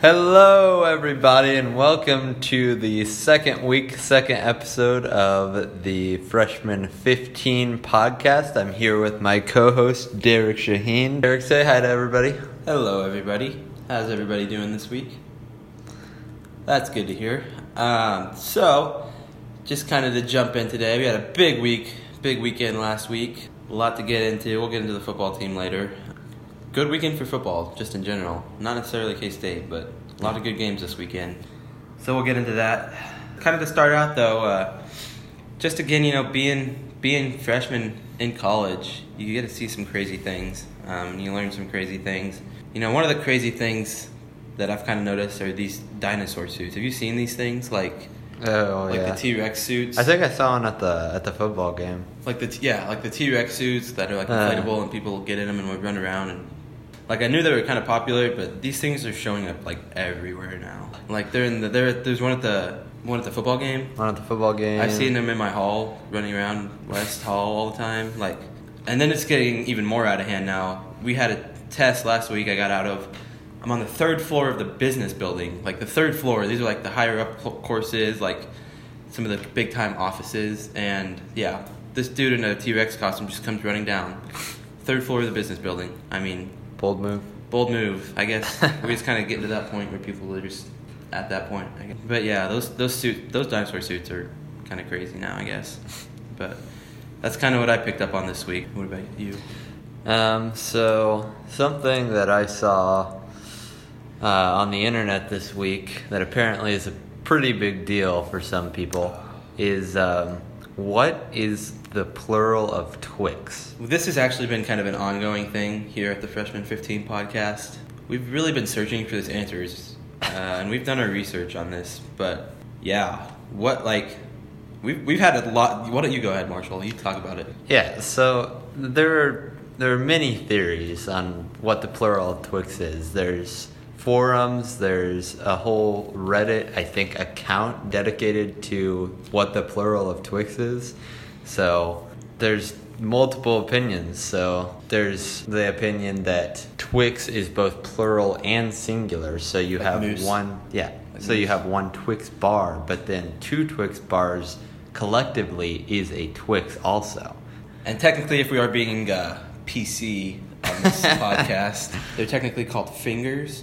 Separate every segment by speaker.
Speaker 1: Hello, everybody, and welcome to the second week, second episode of the Freshman 15 podcast. I'm here with my co host, Derek Shaheen. Derek, say hi to everybody.
Speaker 2: Hello, everybody. How's everybody doing this week? That's good to hear. Um, so, just kind of to jump in today, we had a big week, big weekend last week. A lot to get into. We'll get into the football team later. Good weekend for football, just in general. Not necessarily K State, but a lot of good games this weekend. So we'll get into that. Kind of to start out though, uh, just again, you know, being being freshman in college, you get to see some crazy things. Um, you learn some crazy things. You know, one of the crazy things that I've kind of noticed are these dinosaur suits. Have you seen these things like
Speaker 1: Oh,
Speaker 2: like
Speaker 1: yeah.
Speaker 2: the T Rex suits?
Speaker 1: I think I saw one at the at the football game.
Speaker 2: like the t- yeah, like the T Rex suits that are like
Speaker 1: Uh.
Speaker 2: inflatable and people get in them and would run around and like I knew they were kind of popular, but these things are showing up like everywhere now. Like they're in the there. There's one at the one at the football game.
Speaker 1: One at the football game.
Speaker 2: I've seen them in my hall running around West Hall all the time. Like, and then it's getting even more out of hand now. We had a test last week. I got out of. I'm on the third floor of the business building. Like the third floor. These are like the higher up cl- courses. Like some of the big time offices. And yeah, this dude in a T Rex costume just comes running down. Third floor of the business building. I mean,
Speaker 1: Bold move.
Speaker 2: bold move. I guess we're just kind of getting to that point where people are just at that point. I guess. But yeah, those those suit those dinosaur suits are kind of crazy now. I guess, but that's kind of what I picked up on this week. What about you?
Speaker 1: Um, so something that I saw uh, on the internet this week that apparently is a pretty big deal for some people is um, what is the plural of Twix?
Speaker 2: This has actually been kind of an ongoing thing here at the Freshman 15 podcast. We've really been searching for these answers, uh, and we've done our research on this. But yeah, what like we've we've had a lot. Why don't you go ahead, Marshall? You talk about it.
Speaker 1: Yeah, so there are there are many theories on what the plural of Twix is. There's forums, there's a whole Reddit, I think, account dedicated to what the plural of Twix is. So there's multiple opinions. So there's the opinion that Twix is both plural and singular. So you
Speaker 2: Like
Speaker 1: have
Speaker 2: moose.
Speaker 1: one yeah.
Speaker 2: Like
Speaker 1: So you
Speaker 2: moose.
Speaker 1: have one Twix bar, but then two Twix bars collectively is a Twix also.
Speaker 2: And technically, if we are being uh, PC on this podcast, they're technically called fingers.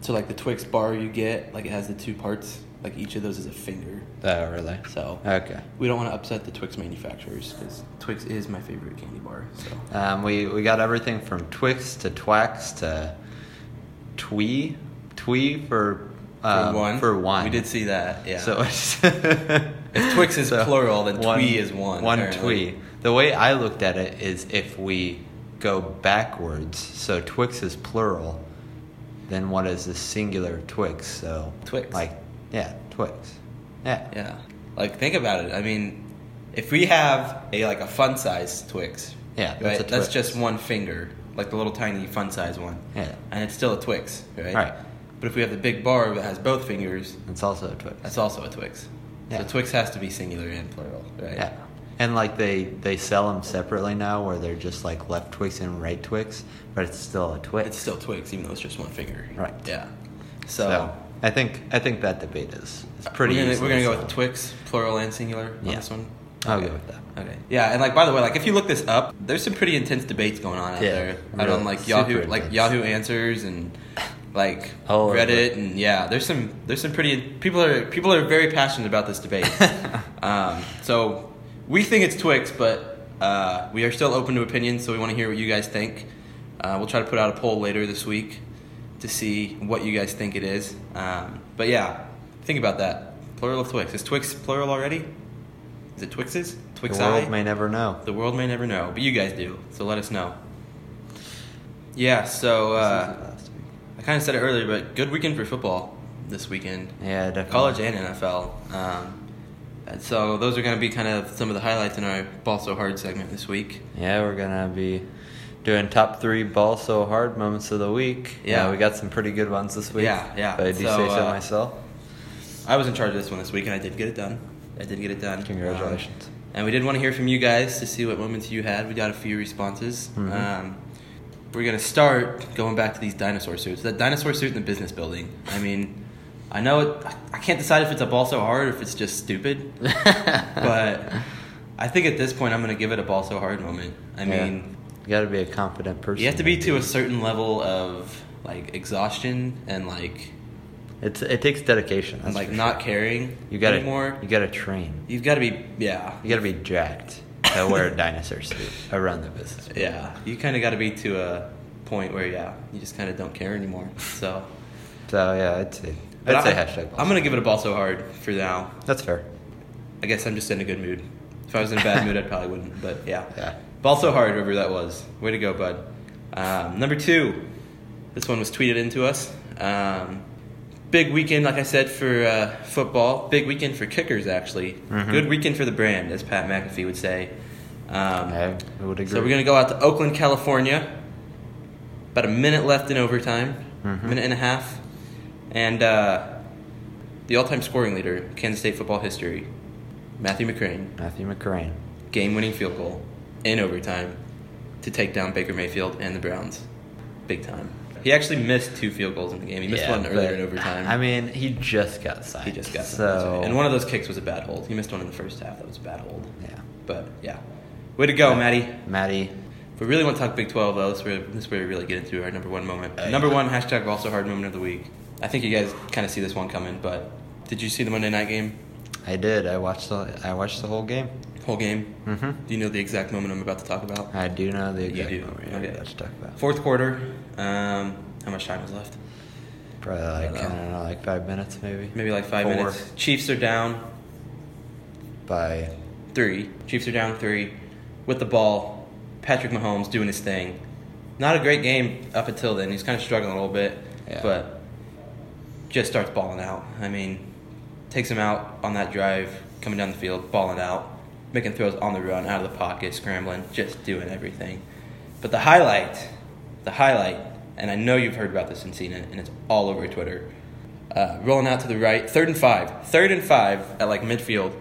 Speaker 2: So, like the Twix bar you get, like it has the two parts. Like each of those is a finger.
Speaker 1: Oh, really?
Speaker 2: So
Speaker 1: Okay.
Speaker 2: we don't want to upset the Twix manufacturers because Twix is my favorite candy bar. So
Speaker 1: Um, we, we got everything from Twix to Twax to Twee. Twee for, um, For one.
Speaker 2: we did see that. Yeah.
Speaker 1: So
Speaker 2: So if Twix is
Speaker 1: so
Speaker 2: plural, then Twee is one.
Speaker 1: One
Speaker 2: apparently.
Speaker 1: Twee. The way I looked at it is if we go backwards, so Twix is plural, then what is the singular of Twix? So
Speaker 2: Twix.
Speaker 1: Like, yeah, Twix. Yeah.
Speaker 2: Yeah. Like think about it. I mean, if we have a like a fun size Twix,
Speaker 1: Yeah, that's
Speaker 2: right?
Speaker 1: a
Speaker 2: That's
Speaker 1: Twix.
Speaker 2: just one finger, like the little tiny fun size one.
Speaker 1: Yeah.
Speaker 2: And it's still a Twix, right?
Speaker 1: Right.
Speaker 2: But if we have the big bar that has both fingers,
Speaker 1: It's also a Twix.
Speaker 2: that's also a Twix.
Speaker 1: Yeah.
Speaker 2: So Twix has to be singular and plural, right?
Speaker 1: Yeah. And like they they sell them separately now, where they're just like left Twix and right Twix, but it's still a Twix.
Speaker 2: It's still Twix, even though it's just one finger.
Speaker 1: Right.
Speaker 2: Yeah. So,
Speaker 1: so, I think I think that debate is, is pretty.
Speaker 2: We're gonna,
Speaker 1: easily
Speaker 2: we're gonna go with
Speaker 1: solved.
Speaker 2: Twix, plural and singular on
Speaker 1: Yeah.
Speaker 2: this one.
Speaker 1: I'll go with that.
Speaker 2: Okay. Yeah, and like by the way, like if you look this up, there's some pretty intense debates going on out
Speaker 1: Yeah,
Speaker 2: there.
Speaker 1: really,
Speaker 2: out on like
Speaker 1: super
Speaker 2: Yahoo,
Speaker 1: intense.
Speaker 2: like Yahoo Answers and like
Speaker 1: All over.
Speaker 2: Reddit, and yeah, there's some there's some pretty people are people are very passionate about this debate. um, so we think it's Twix, but uh, we are still open to opinions, so we want to hear what you guys think. Uh, we'll try to put out a poll later this week to see what you guys think it is. Um, but yeah, think about that. Plural of Twix. Is Twix plural already? Is it Twixes? Twixi?
Speaker 1: The world may never know.
Speaker 2: The world may never know, but you guys do. So let us know. Yeah, so
Speaker 1: This
Speaker 2: uh,
Speaker 1: is last week.
Speaker 2: I kind of said it earlier, but good weekend for football this weekend.
Speaker 1: yeah, definitely.
Speaker 2: College and NFL. Um, and so those are going to be kind of some of the highlights in our Ball So Hard segment this week.
Speaker 1: Yeah, we're gonna be doing top three ball so hard moments of the week.
Speaker 2: Yeah.
Speaker 1: we got some pretty good ones this week.
Speaker 2: Yeah, yeah.
Speaker 1: If I do
Speaker 2: So,
Speaker 1: say so
Speaker 2: uh,
Speaker 1: myself.
Speaker 2: I was in charge of this one this week, and I did get it done. I did get it done.
Speaker 1: Congratulations.
Speaker 2: Um, and we did want to hear from you guys to see what moments you had. We got a few responses.
Speaker 1: Mhm.
Speaker 2: Um, we're gonna start going back to these dinosaur suits. That dinosaur suit in the business building. I mean, I know it. I- I can't decide if it's a ball so hard or if it's just stupid. but I think at this point, I'm gonna give it a ball so hard moment. I
Speaker 1: Yeah.
Speaker 2: mean,
Speaker 1: you got to be a confident person.
Speaker 2: you have to be
Speaker 1: I
Speaker 2: to a
Speaker 1: think.
Speaker 2: certain level of like exhaustion and like
Speaker 1: It's it takes dedication.
Speaker 2: and,
Speaker 1: That's
Speaker 2: like
Speaker 1: for
Speaker 2: not
Speaker 1: sure.
Speaker 2: caring
Speaker 1: You got to
Speaker 2: anymore.
Speaker 1: You got to train.
Speaker 2: You've got to be yeah.
Speaker 1: You got to be jacked to wear a dinosaur suit around the business.
Speaker 2: Yeah, you kind of got to be to a point where yeah, you just kind of don't care anymore. So
Speaker 1: So yeah, I'd say
Speaker 2: but
Speaker 1: I'd say
Speaker 2: I-
Speaker 1: hashtag.
Speaker 2: I'm gonna give it a ball so hard for now.
Speaker 1: That's fair.
Speaker 2: I guess I'm just in a good mood. If I was in a bad mood, I probably wouldn't. But yeah,
Speaker 1: Yeah.
Speaker 2: ball so hard, whoever that was. Way to go, bud. Um, number two, this one was tweeted into us. Um, big weekend, like I said, for uh, football. Big weekend for kickers, actually.
Speaker 1: Mhm.
Speaker 2: Good weekend for the brand, as Pat McAfee would say. Um,
Speaker 1: I would agree.
Speaker 2: so we're gonna go out to Oakland, California. About a minute left in overtime,
Speaker 1: Mhm.
Speaker 2: minute and a half, and uh, the all-time scoring leader, in Kansas State football history, Matthew McCrane,
Speaker 1: Matthew McCrane.
Speaker 2: game-winning field goal in overtime to take down Baker Mayfield and the Browns, big time. He actually missed two field goals in the game. He missed one earlier
Speaker 1: but,
Speaker 2: in overtime.
Speaker 1: I mean, he just got signed.
Speaker 2: he just got
Speaker 1: so.
Speaker 2: and one of those kicks was a bad hold. He missed one in the first half. That was a bad hold.
Speaker 1: yeah,
Speaker 2: But yeah, way to go, Matty.
Speaker 1: Maddie.
Speaker 2: If we really want to talk Big 12, though, this is where, this is where we really get into our number one moment.
Speaker 1: Uh,
Speaker 2: number
Speaker 1: yeah.
Speaker 2: one hashtag also hard moment of the week. I think you guys kind of see this one coming, but did you see the Monday night game?
Speaker 1: I did. I watched the. I watched the whole game.
Speaker 2: Whole game?
Speaker 1: Mm-hmm.
Speaker 2: Do you know the exact moment I'm about to talk about?
Speaker 1: I do know the
Speaker 2: You
Speaker 1: exact
Speaker 2: do.
Speaker 1: moment
Speaker 2: Okay.
Speaker 1: you're about to talk about.
Speaker 2: Fourth quarter. Um, how much time was left?
Speaker 1: Probably
Speaker 2: I
Speaker 1: like
Speaker 2: don't
Speaker 1: I
Speaker 2: know.
Speaker 1: don't, know. like five minutes maybe.
Speaker 2: Maybe like five
Speaker 1: Four.
Speaker 2: minutes. Chiefs are down
Speaker 1: By
Speaker 2: three. Chiefs are down three with the ball. Patrick Mahomes doing his thing. Not a great game up until then. He's kind of struggling a little bit,
Speaker 1: Yeah.
Speaker 2: but just starts balling out. I mean, takes him out on that drive, coming down the field, balling out, making throws on the run, out of the pocket, scrambling, just doing everything. But the highlight, the highlight, and I know you've heard about this and seen it, and it's all over Twitter. Uh, rolling out to the right, third and five, third and five at like midfield,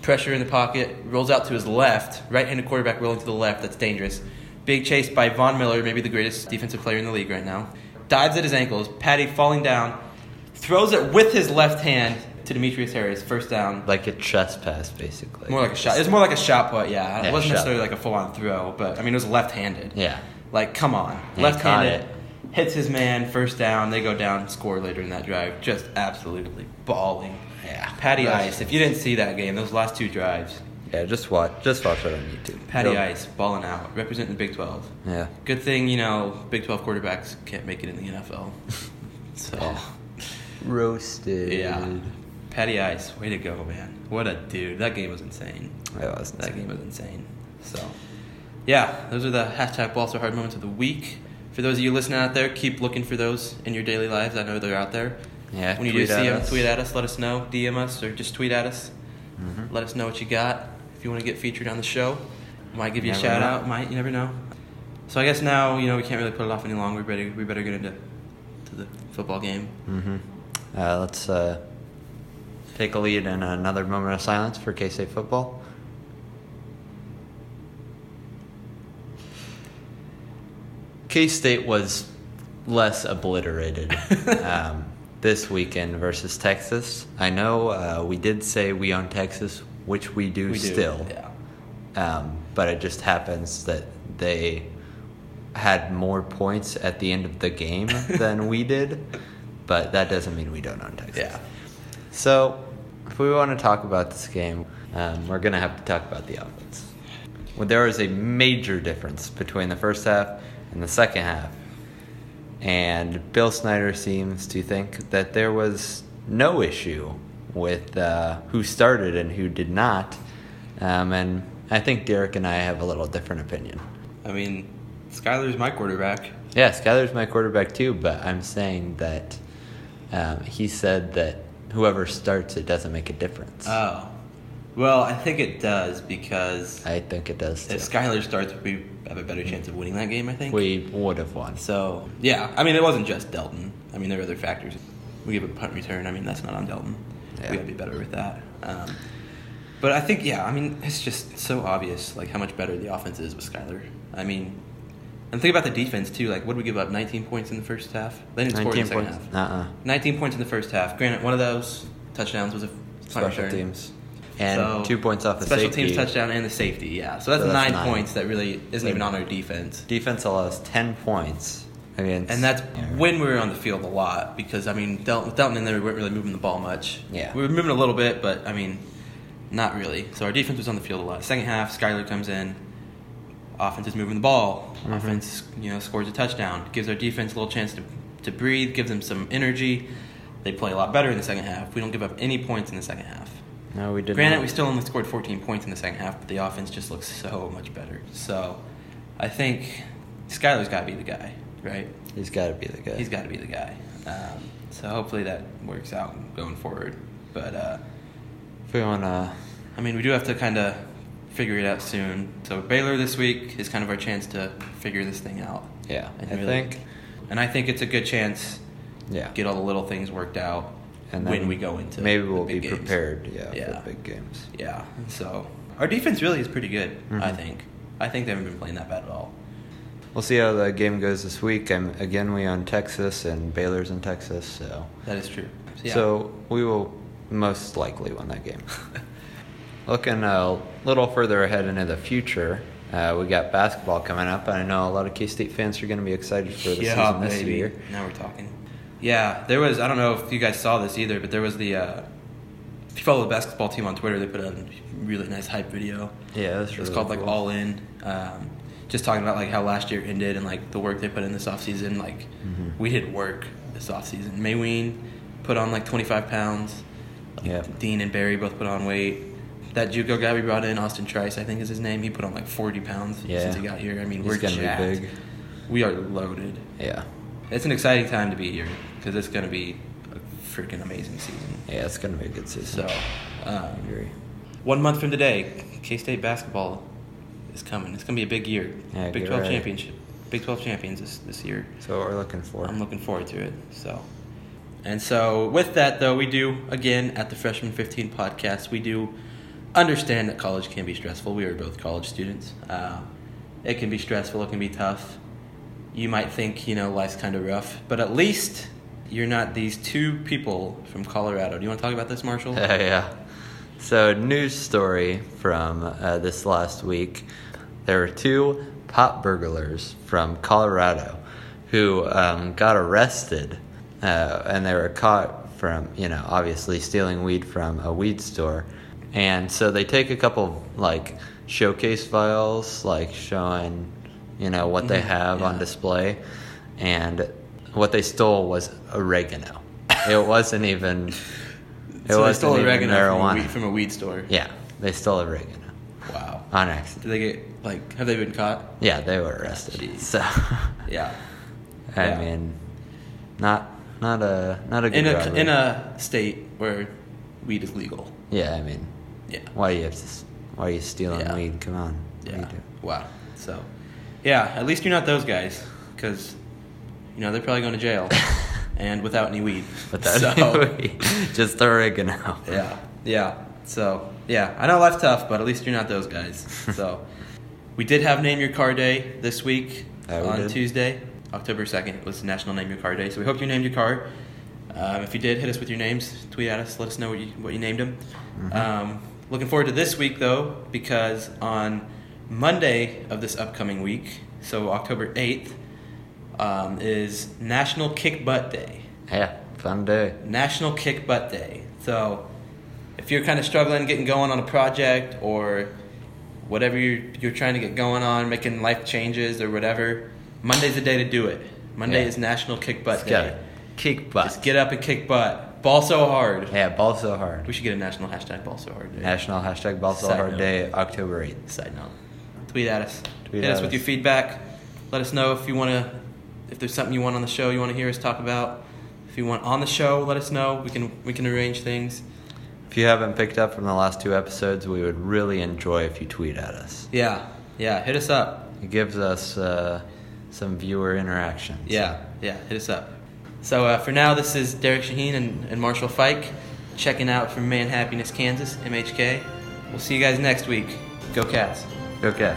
Speaker 2: pressure in the pocket, rolls out to his left, right-handed quarterback rolling to the left. That's dangerous. Big chase by Von Miller, maybe the greatest defensive player in the league right now. Dives at his ankles. Patty falling down, throws it with his left hand to Demetrius Harris. First down.
Speaker 1: like a chest pass basically.
Speaker 2: More like a shot. It was more like a shot put, yeah. It
Speaker 1: Yeah,
Speaker 2: wasn't
Speaker 1: shot
Speaker 2: necessarily like a full on throw, but I mean, it was left handed.
Speaker 1: yeah.
Speaker 2: Like, come on.
Speaker 1: he
Speaker 2: Left handed.
Speaker 1: caught
Speaker 2: Hits his man, first down. They go down, score later in that drive. Just absolutely balling.
Speaker 1: Yeah.
Speaker 2: Patty
Speaker 1: That's-
Speaker 2: Ice, if you didn't see that game, those last two drives,
Speaker 1: Yeah, just watch just watch it on YouTube.
Speaker 2: Patty
Speaker 1: You'll-
Speaker 2: Ice balling out, representing the Big 12.
Speaker 1: Yeah.
Speaker 2: Good thing, you know, Big 12 quarterbacks can't make it in the NFL. so,
Speaker 1: Oh. Roasted.
Speaker 2: yeah. Patty Ice, way to go, man. What a dude. That game was insane.
Speaker 1: That was
Speaker 2: That game was insane. So, yeah, those are the hashtag balls are hard moments of the week. For those of you listening out there, keep looking for those in your daily lives. I know they're out there.
Speaker 1: Yeah.
Speaker 2: when you do
Speaker 1: tweet
Speaker 2: see
Speaker 1: at
Speaker 2: them,
Speaker 1: us.
Speaker 2: tweet at us, let us know, DM us, or just tweet at us.
Speaker 1: Mhm.
Speaker 2: Let us know what you got. If you want to get featured on the show, might give you, a
Speaker 1: Never
Speaker 2: shout
Speaker 1: know.
Speaker 2: out. Might you never know. So I guess now you know we can't really put it off any longer. We better we better get into to the football game.
Speaker 1: Mm-hmm. Uh, let's uh, take a lead in another moment of silence for K State football. K State was less obliterated um, this weekend versus Texas. I know uh, we did say we own Texas, which we do
Speaker 2: We do.
Speaker 1: still
Speaker 2: Yeah.
Speaker 1: um, but it just happens that they had more points at the end of the game than we did. But that doesn't mean we don't own Texas.
Speaker 2: Yeah.
Speaker 1: So, if we want to talk about this game, um, we're going to have to talk about the offense. Well, there was a major difference between the first half and the second half. And Bill Snyder seems to think that there was no issue with uh, who started and who did not. Um, and I think Derek and I have a little different opinion.
Speaker 2: I mean, Skyler's my quarterback.
Speaker 1: Yeah, Skyler's my quarterback too, but I'm saying that um, he said that whoever starts, it doesn't make a difference.
Speaker 2: Oh. Well, I think it does because
Speaker 1: I think it does too.
Speaker 2: if Skyler starts, we have a better chance of winning that game, I think.
Speaker 1: we would have won.
Speaker 2: So, yeah. I mean, it wasn't just Delton. I mean, there were other factors. We give a punt return. I mean, that's not on Delton.
Speaker 1: Yeah.
Speaker 2: We got to be better with that. Um, but I think, yeah, I mean, it's just so obvious, like, how much better the offense is with Skyler. I mean, and And think about the defense too. Like, what did we give up? 19 points in the first half. They didn't score in the
Speaker 1: 19
Speaker 2: second
Speaker 1: points.
Speaker 2: half.
Speaker 1: Uh uh
Speaker 2: 19 points in the first half. Granted, one of those touchdowns was a punt
Speaker 1: Special
Speaker 2: return.
Speaker 1: teams. And
Speaker 2: So,
Speaker 1: two points off the
Speaker 2: special
Speaker 1: safety.
Speaker 2: teams touchdown and the safety. Yeah, so that's,
Speaker 1: So that's
Speaker 2: nine,
Speaker 1: nine.
Speaker 2: points that really isn't even on our defense.
Speaker 1: Defense allows 10 points against.
Speaker 2: And that's when we were on the field a lot because I mean, Del- with Delton in there, we weren't really moving the ball much.
Speaker 1: Yeah.
Speaker 2: we were moving a little bit, but I mean, not really. So our defense was on the field a lot. Second half, Skyler comes in. Offense is moving the ball. Offense, you know, scores a touchdown. Gives our defense a little chance to to breathe. Gives them some energy. They play a lot better in the second half. We don't give up any points in the second half.
Speaker 1: No, we didn't.
Speaker 2: Granted, we still only scored 14 points in the second half, but the offense just looks so much better. So, I think Skyler's got to be the guy, right?
Speaker 1: He's got to be the guy.
Speaker 2: He's got to be the guy. Um, so hopefully that works out going forward. But uh,
Speaker 1: If we want to.
Speaker 2: I mean, we do have to kind of figure it out soon. So Baylor this week is kind of our chance to figure this thing out.
Speaker 1: Yeah. I
Speaker 2: And really-
Speaker 1: think.
Speaker 2: and I think it's a good chance
Speaker 1: Yeah.
Speaker 2: get all the little things worked out
Speaker 1: And
Speaker 2: when
Speaker 1: then
Speaker 2: we go into
Speaker 1: Maybe
Speaker 2: the
Speaker 1: we'll be
Speaker 2: big games.
Speaker 1: prepared. Yeah,
Speaker 2: Yeah.
Speaker 1: For big games.
Speaker 2: Yeah. So our defense really is pretty good. I
Speaker 1: Mhm.
Speaker 2: think. I think they haven't been playing that bad at all.
Speaker 1: We'll see how the game goes this week. I'm again we own Texas and Baylor's in Texas, so
Speaker 2: That is true. yeah.
Speaker 1: so we will most likely win that game. Looking a little further ahead into the future, uh, we got basketball coming up, and I know a lot of K State fans are going to be excited for the season this
Speaker 2: baby.
Speaker 1: year.
Speaker 2: Now we're talking. Yeah, there was. I don't know if you guys saw this either, but there was the. Uh, if you follow the basketball team on Twitter, they put out a really nice hype video.
Speaker 1: Yeah, that's
Speaker 2: It's
Speaker 1: really
Speaker 2: called like
Speaker 1: cool.
Speaker 2: All In. Um, just talking about like how last year ended and like the work they put in this offseason. Like
Speaker 1: Mm-hmm.
Speaker 2: we did work this offseason. Mayween put on like 25 pounds.
Speaker 1: Yeah.
Speaker 2: Dean and Barry both put on weight. That JUCO guy we brought in, Austin Trice, I think is his name. He put on like 40 pounds
Speaker 1: Yeah.
Speaker 2: since he got here. I mean,
Speaker 1: He's
Speaker 2: we're
Speaker 1: gonna be
Speaker 2: jacked.
Speaker 1: big.
Speaker 2: We are loaded.
Speaker 1: Yeah,
Speaker 2: It's an exciting time to be here because it's going to be a freaking amazing season.
Speaker 1: yeah, it's going to be a good
Speaker 2: So,
Speaker 1: season. I
Speaker 2: um,
Speaker 1: agree.
Speaker 2: one month from today, K State basketball is coming. It's going to be a big year.
Speaker 1: Yeah,
Speaker 2: big
Speaker 1: get
Speaker 2: 12
Speaker 1: ready.
Speaker 2: championship. Big 12 champions this, this year.
Speaker 1: So what we're looking for.
Speaker 2: I'm looking forward to it. So, and so with that though, we do again at the Freshman 15 podcast. We do understand that college can be stressful. We are both college students. Uh, it can be stressful. It can be tough. You might think you know life's kind of rough, but at least you're not these two people from Colorado. Do you want to talk about this, Marshall?
Speaker 1: Yeah, yeah. So, news story from uh, this last week. There were two pot burglars from Colorado who um, got arrested, uh, and they were caught from, you know, obviously stealing weed from a weed store. And so they take a couple, like, showcase files, like showing, you know, what they
Speaker 2: Mhm,
Speaker 1: have on
Speaker 2: yeah.
Speaker 1: display. And what they stole was oregano. It wasn't even. It
Speaker 2: so they
Speaker 1: wasn't
Speaker 2: stole
Speaker 1: even
Speaker 2: oregano
Speaker 1: marijuana.
Speaker 2: From, a weed, from a weed store.
Speaker 1: Yeah, they stole oregano
Speaker 2: Wow.
Speaker 1: on accident.
Speaker 2: Did they get like? Have they been caught?
Speaker 1: Yeah, they were arrested.
Speaker 2: Jeez.
Speaker 1: So, I
Speaker 2: Yeah. Yeah.
Speaker 1: mean, not not a not a good
Speaker 2: In a
Speaker 1: robbery.
Speaker 2: in a state where weed is legal.
Speaker 1: yeah. I mean,
Speaker 2: Yeah.
Speaker 1: why do you have to? s- Why are you stealing
Speaker 2: Yeah.
Speaker 1: weed? Come on. What are you
Speaker 2: Yeah.
Speaker 1: doing?
Speaker 2: Wow. So, yeah. At least you're not those guys, because you know they're probably going to jail, and without any weed.
Speaker 1: But that's
Speaker 2: So,
Speaker 1: just oregano.
Speaker 2: yeah. Yeah. So yeah, I know life's tough, but at least you're not those guys. So, we did have name your car day this week
Speaker 1: Yeah, we
Speaker 2: on
Speaker 1: did.
Speaker 2: Tuesday, October second was National Name Your Car Day. So we hope you named your car. Um, if you did, hit us with your names. Tweet at us. Let us know what you, what you named them.
Speaker 1: Mm-hmm.
Speaker 2: Um, looking forward to this week though, because on Monday of this upcoming week, so October eighth, um, is National Kick Butt Day.
Speaker 1: Yeah, fun day.
Speaker 2: National Kick Butt Day. So, if you're kind of struggling getting going on a project or whatever you're, you're trying to get going on, making life changes or whatever, Monday's the day to do it. Monday
Speaker 1: Yeah.
Speaker 2: is National Kick Butt
Speaker 1: Just
Speaker 2: Day.
Speaker 1: gotta kick butt.
Speaker 2: Just get up and kick butt. Ball so hard.
Speaker 1: yeah, ball so hard.
Speaker 2: We should get a national hashtag ball so hard day.
Speaker 1: National hashtag ball so
Speaker 2: Side
Speaker 1: hard
Speaker 2: note.
Speaker 1: day, October eighth.
Speaker 2: Side note. Tweet at us.
Speaker 1: Tweet
Speaker 2: Hit
Speaker 1: at
Speaker 2: us with
Speaker 1: us.
Speaker 2: your feedback. Let us know if you want to, if there's something you want on the show you want to hear us talk about. If you want on the show, let us know. We can we can arrange things.
Speaker 1: If you haven't picked up from the last two episodes, we would really enjoy if you tweet at us.
Speaker 2: Yeah, yeah. Hit us up.
Speaker 1: It gives us uh, some viewer interaction.
Speaker 2: Yeah, yeah. Hit us up. So uh, for now, this is Derek Shaheen and, and Marshall Fike checking out from Man Happiness, Kansas, MHK. We'll see you guys next week. Go Cats.
Speaker 1: Okay.